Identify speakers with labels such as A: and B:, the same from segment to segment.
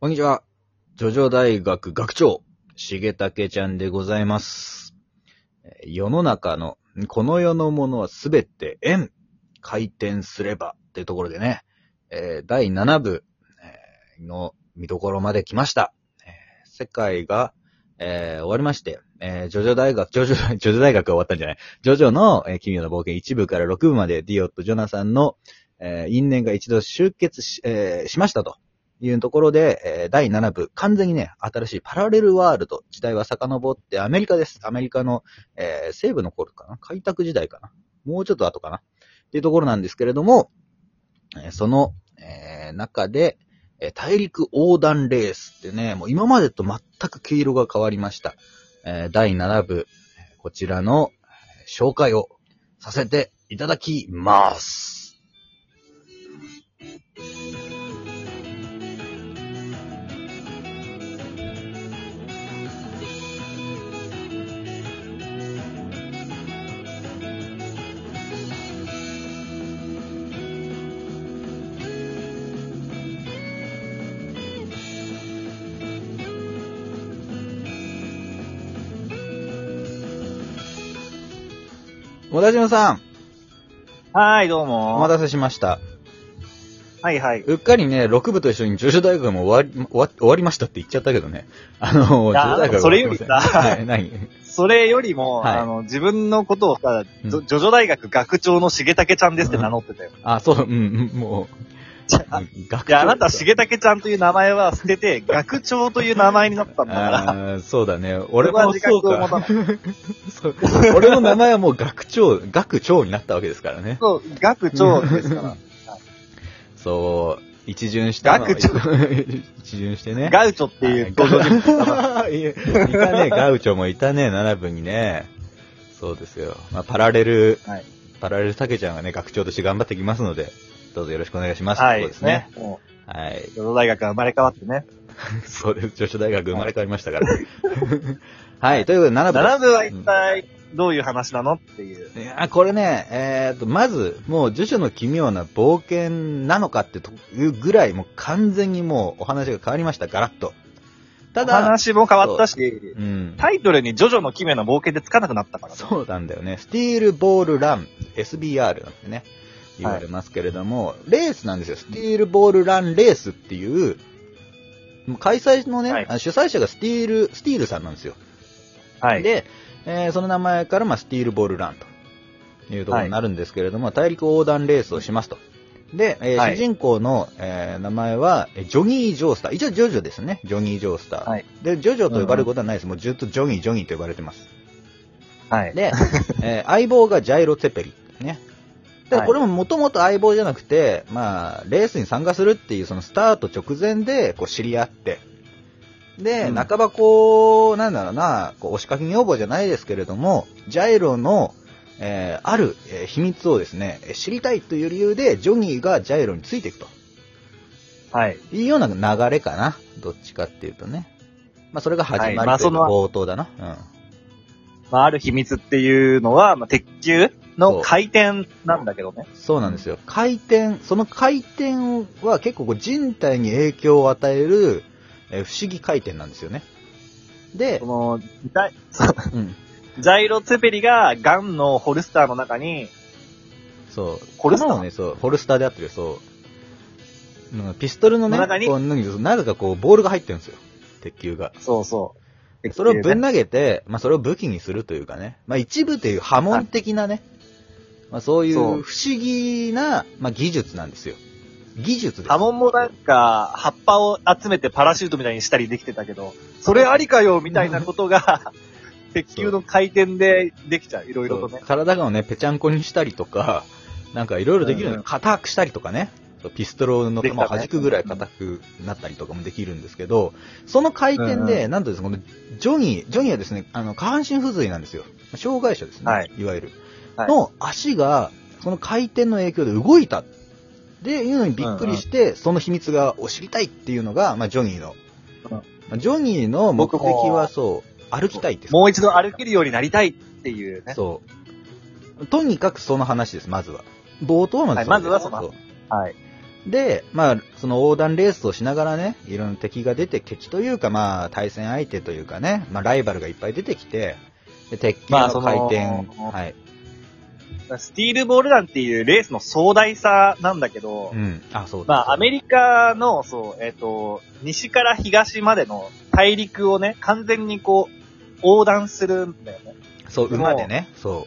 A: こんにちは。ジョジョ大学学長、重竹ちゃんでございます。えー世の中の、この世のものはすべて円、回転すれば、っていうところでね、えー第7部えーの見どころまで来ました。えー世界が、えー終わりまして、えージョジョ大学、ジョジョ、ジ ョジョ大学が終わったんじゃないジョジョの、えー奇妙な冒険1部から6部までディオとジョナさんの、えー因縁が一度集結し、えーしましたと。いうところで、えー第7部、完全にね、新しいパラレルワールド、時代は遡ってアメリカです。アメリカの、えー西部の頃かな開拓時代かなもうちょっと後かなっていうところなんですけれども、えーその、えー中で、えー大陸横断レースってね、もう今までと全く毛色が変わりました。えー第7部、えーこちらのえー紹介をさせていただきます。もだじのさん、
B: はい、どうも。
A: お待たせしました。
B: はいはい。
A: うっかりね、6部と一緒に女子大学も終わり、終わ終わりましたって言っちゃったけどね。あの、
B: いや
A: 女子大学は
B: それよりさ
A: はい、何
B: それよりも、
A: はい
B: あの、自分のことをさ、
A: うん
B: ジョジョ大学学長の重竹ちゃんですって名乗ってたよ。
A: あ、そう、うん、うんもう
B: じゃあ、
A: うん学
B: で、あなた重竹ちゃんという名前は捨てて、学長という名前になったんだから。
A: あーそうだね。俺も
B: 自覚
A: そう
B: を持た
A: か
B: ない。
A: そう俺の名前はもう学長、学長になったわけですからね。
B: そう、学長ですか
A: そう、一巡したの。
B: 学長
A: 一巡してね
B: ら。。ガウチョっていう登場人物だから。
A: い やいたね、ガウチョもいたね、7部にね。そうですよ。まあ、パラレル、
B: はい
A: パラレル竹ちゃんがね、学長として頑張ってきますので、どうぞよろしくお願いします。
B: はい。
A: そうですね。。
B: も
A: はい。
B: う、ジョジョ大学が生まれ変わってね。
A: そうです。女子大学生まれ変わりましたから。 はい、ということで7部です。
B: 7部は一体、どういう話なのっていう。
A: いやーこれね、えー、と、まず、もう、呪書の奇妙な冒険なのかってというぐらい、もう完全にもうお話が変わりました、ガラッと。た
B: お
A: だ、
B: 話も変わったし、
A: うん。
B: タイトルにジョジョの奇妙な冒険でつかなくなったからね。
A: そうなんだよね。スティールボールラン、SBR なんてね、言われますけれども、レースなんですよ。スティールボールランレースっていう、もう開催のね、
B: はい
A: あ主催者がスティール、スティールさんなんですよ。
B: はい。
A: で、えーその名前から、まあ、スティールボールランというところになるんですけれども、大陸横断レースをしますと。で、えー
B: はい
A: 主人公の、えー名前は、えージョニー・ジョースター。一応、ジョジョですね。ジョニー・ジョースター。
B: はい
A: で、ジョジョと呼ばれることはないです。もうずっとジョニー、ジョニーと呼ばれてます。
B: はい。
A: で、えー相棒がジャイロ・ツェペリ。ね。で、
B: はい
A: これももともと相棒じゃなくて、まあ、レースに参加するっていう、そのスタート直前で、こう、知り合って、で、
B: うん
A: 半ばこう、なんだろうな、こう、押しかけ女房じゃないですけれども、ジャイロの、えーある、えー秘密をですね、えー知りたいという理由で、ジョニーがジャイロについていくと。
B: はい。
A: いうような流れかな。どっちかっていうとね。まあ、それが始
B: は
A: ま
B: いま
A: り
B: あ
A: とい
B: そう
A: か、
B: の
A: 冒頭だな。うん。
B: まあ、ある秘密っていうのは、まあ、鉄球の回転なんだけどね。
A: そうなんですよ。回転、その回転は結構こう人体に影響を与える、えー不思議回転なんですよね。で
B: そ、の、ジャイ
A: うん、
B: ジャイロツェペリがガンのホルスターの中に、
A: そう。
B: ホルスター
A: 弾をね、そう、ホルスターであってる、そう。うんピストルのね、
B: 中に
A: こう脱ぎなぜかこう、ボールが入ってるんですよ。鉄球が。
B: そうそう。
A: それを
B: 鉄
A: ぶ
B: 球
A: ん
B: ね
A: 投げて、まあ、それを武器にするというかね。まあ、一部という波紋的なね、まあ、そういう不
B: そう
A: 思議な、まあ、技術なんですよ。技術です。
B: 波紋もなんか、葉っぱを集めてパラシュートみたいにしたりできてたけど、それありかよみたいなこ とが、鉄球の回転でできちゃう。いろいろとね。
A: 体がね、ぺちゃんこにしたりとか、 なんかいろいろできるの
B: うんう
A: よ。
B: ん
A: 硬くしたりとかね。そうピストルの球
B: で
A: を
B: きたね
A: 弾くぐらい硬くなったりとかもできるんですけど、その回転
B: うん
A: で、なんとですね、このジョニー、ジョニーはですね、あの、下半身不随なんですよ。障害者ですね。
B: はい
A: い、わゆる。
B: はい
A: の足が、その回転の影響で動いた。で、いうのにびっくりして、その秘密がを知りたいっていうのが、まあ、ジョニーの。
B: うん
A: まあジョニーの目的
B: 僕も
A: はそう、歩きたいって。
B: もう一度歩けるようになりたいっていうね。
A: そう。とにかくその話です、まずは。冒頭はまず、
B: はいまずはその話
A: う
B: はい。
A: で、まあ、その横断レースをしながらね、いろんな敵が出て、敵というか、まあ、対戦相手というかね、まあ、ライバルがいっぱい出てきて、で鉄球
B: まあ
A: の
B: その
A: 回転、はい。
B: スティールボールランっていうレースの壮大さなんだけど、
A: うん。あ、そう
B: まあ、アメ
A: リ
B: リカの、そう、えっ、と、西から東までの大陸をね、完全にこう、横断するんだよね。
A: カ。そう、
B: でも
A: 馬でね、そ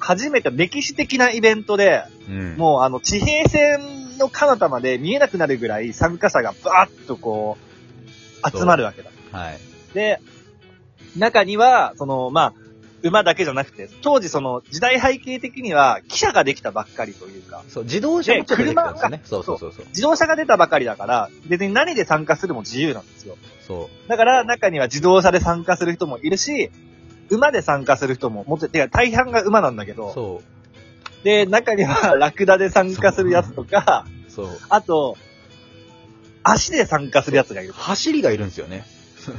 B: 初めて歴史的なイベントで、
A: う。うん。
B: もうあの、地平線の彼方まで見えなくなるぐらい参加者がバーッとこう、集まるわけだ。
A: はい。
B: で、中には、その、まあ、馬だけじゃなくて、当時その時代背景的には汽車ができたばっかりというか、
A: そう、自動車もちょっと出てたんですよね。そうそうそうそう。
B: 自動車が出たばかりだから、別に何で参加するも自由なんですよ。
A: そ
B: だから中には自動車で参加する人もいるし、馬で参加する人も、もっと、てか大半が馬なんだけ
A: う。
B: ど、
A: そ
B: で、中にはラクダで参加するやつとか、
A: う。そう。
B: あと、足で参加するやつがいる。
A: 走りがいるんですよね。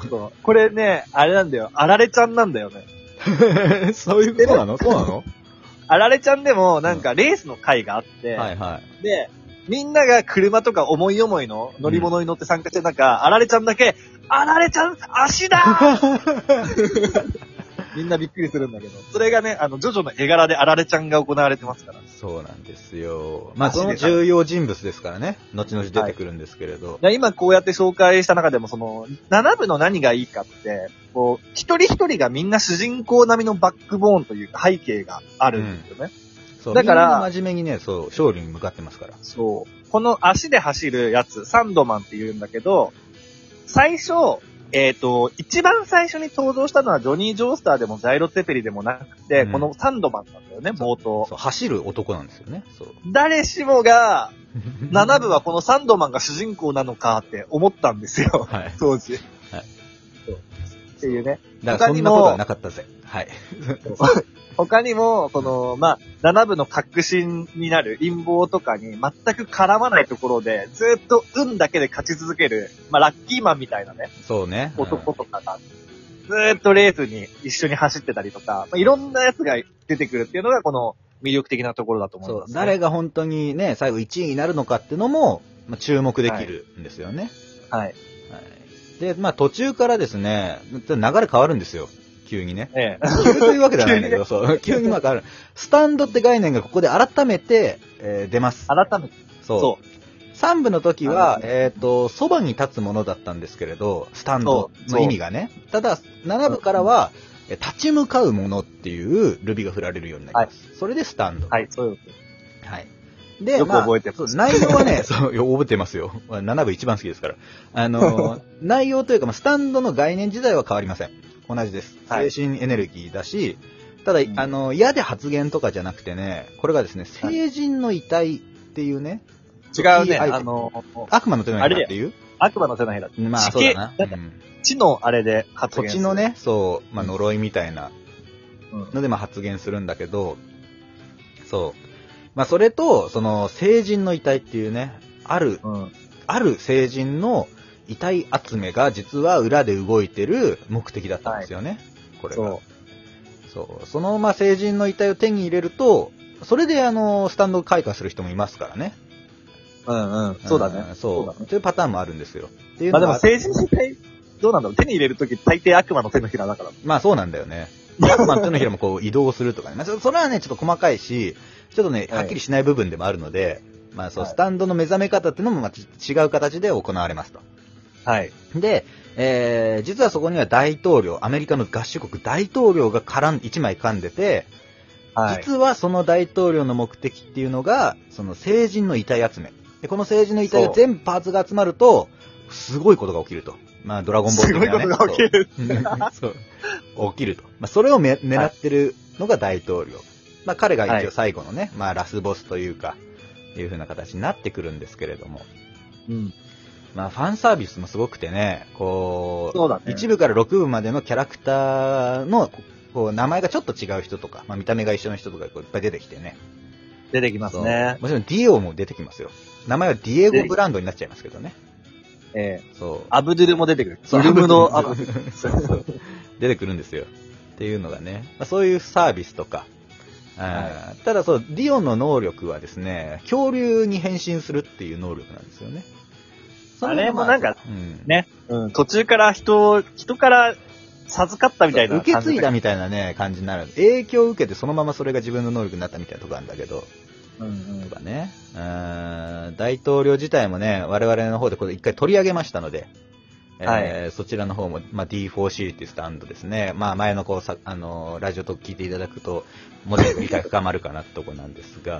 B: そうこれね、あれなんだよ。あられちゃんなんだよね。
A: そういうことなのそうなの
B: あられちゃんでも、なんかレースの会があって、
A: はいはい。
B: で、みんなが車とか思い思いの乗り物に乗って参加してる中、あられちゃんだけ、あられちゃん、足だーみんなびっくりするんだけど、それがね、あの、ジョジョの絵柄であられちゃんが行われてますから。
A: そうなんですよ。まあ、
B: 走り
A: その重要人物ですからね。後々出てくるんですけれど。
B: で今こうやって紹介した中でも、その、7部の何がいいかって、こう、一人一人がみんな主人公並みのバックボーンというか背景があるんですよね。
A: そう。
B: だから
A: みんな真面目にね、そう、勝利に向かってますから。
B: そう。この足で走るやつ、サンドマンって言うんだけど、最初、えっ、と、一番最初に登場したのはジョニー・ジョースターでもジャイロ・ツェペリでもなくて、
A: うん
B: このサンドマンなんだよね、冒頭。
A: そう、走る男なんですよね。 そう。
B: 誰しもが、7部はこのサンドマンが主人公なのかって思ったんですよ、
A: はい。
B: 当時。
A: はい
B: そうっていうね。
A: だからそんなことはなかったぜ。はい。
B: 他にも、その、まあ、7部の革新になる陰謀とかに全く絡まないところで、ずっと運だけで勝ち続ける、まあ、ラッキーマンみたいなね、
A: そうね。
B: 男とかが、ずーっとレースに一緒に走ってたりとか、まあ、いろんなやつが出てくるっていうのが、この魅力的なところだと
A: うん
B: 思い
A: そ
B: ま
A: う。
B: す、
A: 誰が本当にね、最後1位になるのかってのも、まあ、注目できるんですよね。
B: はい。
A: はい。で、まあ途中からですね、流れ変わるんですよ。急にね。
B: ええ。
A: 急というわけではないんだけど、そう。急にまあ変わる。スタンドって概念がここで改めて、えー出ます。
B: 改めて。
A: そう。
B: そう。
A: 3部の時
B: あ
A: は、
B: の
A: えっ、と、そばに立つものだったんですけれど、スタンド
B: そうそ
A: の
B: う
A: 意味がね。ただ、7部からは、え立ち向かうものっていうルビが振られるようになります。それでスタンド。
B: はい、そういうこ
A: はい。で、
B: よく覚えてます
A: そう内容はね、 そう、よ覚えてますよ。7部一番好きですから。あ のー、内容というか、まあスタンドの概念自体は変わりません。同じです。
B: はい
A: 精神エネルギーだし、ただ、
B: うん
A: あのー、嫌で発言とかじゃなくてね、これがですね、成人の遺体っていうね、
B: と。違う
A: いい
B: ね、
A: アイテム
B: あの、
A: 悪魔の手のひらっていう
B: 悪魔の手のひら。
A: まあ、
B: 地
A: そう
B: 形
A: だな。うん
B: 地のあれで発
A: 土
B: 言
A: 地のね、そう、まあ、呪いみたいな
B: する。うん
A: ので、まあ、発言するんだけど、そう。まあ、それと、その、成人の遺体っていうね、ある、
B: うん。
A: ある成人の遺体集めが、実は裏で動いてる目的だったんですよね。これが
B: そ。
A: そう。その、まあ、成人の遺体を手に入れると、それで、あの、スタンドを開花する人もいますからね。
B: う。うんうん。そうだね。
A: んそ
B: だね
A: う。というパターンもあるんですよ。っていう
B: ま
A: のが
B: あでも成人の体、どうなんだろう手に入れるとき大抵悪魔の手のひらだから。
A: まあそうなんだよね。 悪魔の手のひらもこう移動するとかね。まあそそれはね、ちょっと細かいし、ちょっとね、
B: はい
A: はっきりしない部分でもあるので、まあそう、
B: はい
A: スタンドの目覚め方っていうのもまた違う形で行われますと。
B: はい。
A: で、えー、実はそこには大統領、アメリカの合衆国大統領が絡ん、一枚噛んでて、
B: はい。
A: 実はその大統領の目的っていうのが、その成人の遺体集め。で、この成人の遺体が全パーツが集まると、すごいことが起きると。まあ、ドラゴンボー
B: す
A: ル
B: ごいことが起きる。
A: そう。起きると。まあ、それをめ狙ってるのが大統領。まあ、彼が
B: は
A: 一
B: い
A: 応最後のね、まあ、ラスボスというか、いう風な形になってくるんですけれども。
B: うん。
A: まあ、ファンサービスもすごくてね、こう、
B: そうだね。
A: 1部から6部までのキャラクターの、ここう、名前がちょっと違う人とか、まあ、見た目が一緒の人とか、こういっぱい出てきてね。
B: 出てきますね
A: そう。もちろん、ディオも出てきますよ。名前はディエゴブランドになっちゃいますけどね。
B: ええ。
A: そう。
B: アブドゥルも出てくる。
A: そう
B: ウルムのア
A: アブ
B: ブ
A: ド
B: ド
A: ゥ
B: ゥ
A: ルそうそう出てくるんですよ。っていうのがね、まあ、そういうサービスとか、あーただそう、ディオンの能力はですね、恐竜に変身するっていう能力なんですよね。
B: あれもなんか、
A: うん、
B: ねうん、途中から人を、人から授かったみたいな。
A: 受け継いだ。みたいなね、感じになる。影響を受けてそのままそれが自分の能力になったみたいなとこあるんだけど、
B: うんうん
A: と。かね。うーん、大統領自体もね、我々の方でこれ一回取り上げましたので、えー
B: は
A: そちらの方も、まあ、D4C っていうスタンドですね。まあ、前のこうさ、あのーラジオと聞いていただくと、もっと理解深まるかなってとこなんですが、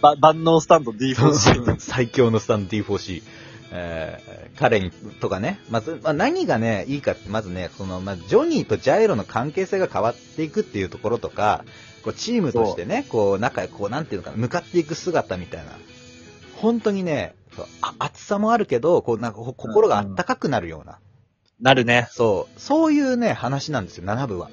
B: ば万能スタンド D4C。
A: 最強のスタンド D4C。えー彼に、とかね。まず、まあ、何がね、いいかって、まずね、その、まあ、ジョニーとジャイロの関係性が変わっていくっていうところとか、こう、チームとしてね、こう、仲、こう、なんていうのかな、向かっていく姿みたいな。本当にね、そうあ熱さもあるけど、こう、なんか、こ心があったかくなるような。
B: なるね。
A: そう、そういうね、話なんですよ、7部は。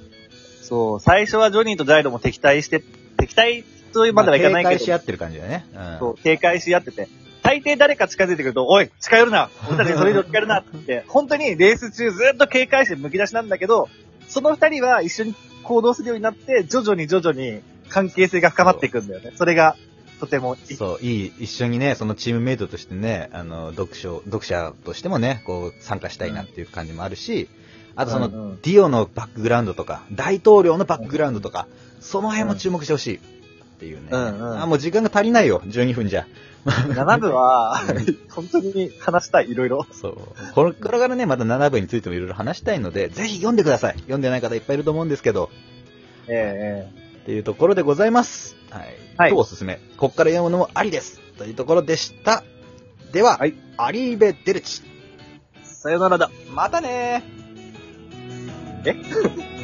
B: そう、最初はジョニーとジャイロも敵対して、敵対というまではいかない
A: まあ
B: け
A: 警戒し合
B: ど、
A: ってる感じだね。うん。
B: そう警戒し合ってて、大抵誰か近づいてくると、おい、近 寄るな俺たちにそれ以上近寄るなって、本当にレース中ずっと警戒して剥き出しなんだけど、その二人は一緒に行動するようになって、徐々に徐々に関係性が深まっていくんだよね。それが、とてもいい。
A: そう、いい、一緒にね、そのチームメイトとしてね、あの、読書、読者としてもね、こう、参加したいなっていう感じもあるし、あとその、
B: うんうん
A: ディオのバックグラウンドとか、大統領のバックグラウンドとか、その辺も注目してほしい。っていうね。
B: うんうん
A: あ、もう時間が足りないよ、12分じゃ。
B: 7部は、本当に話したい、いろいろ。
A: そう。これからね、また7部についてもいろいろ話したいので、ぜひ読んでください。読んでない方いっぱいいると思うんですけど、
B: えええ
A: っていうところでございます。はい。
B: はい
A: とおすすめ。こっから読むのもありです。というところでした。では、
B: はい
A: アリーベ・デルチ。
B: えさよならだ。
A: またねー
B: え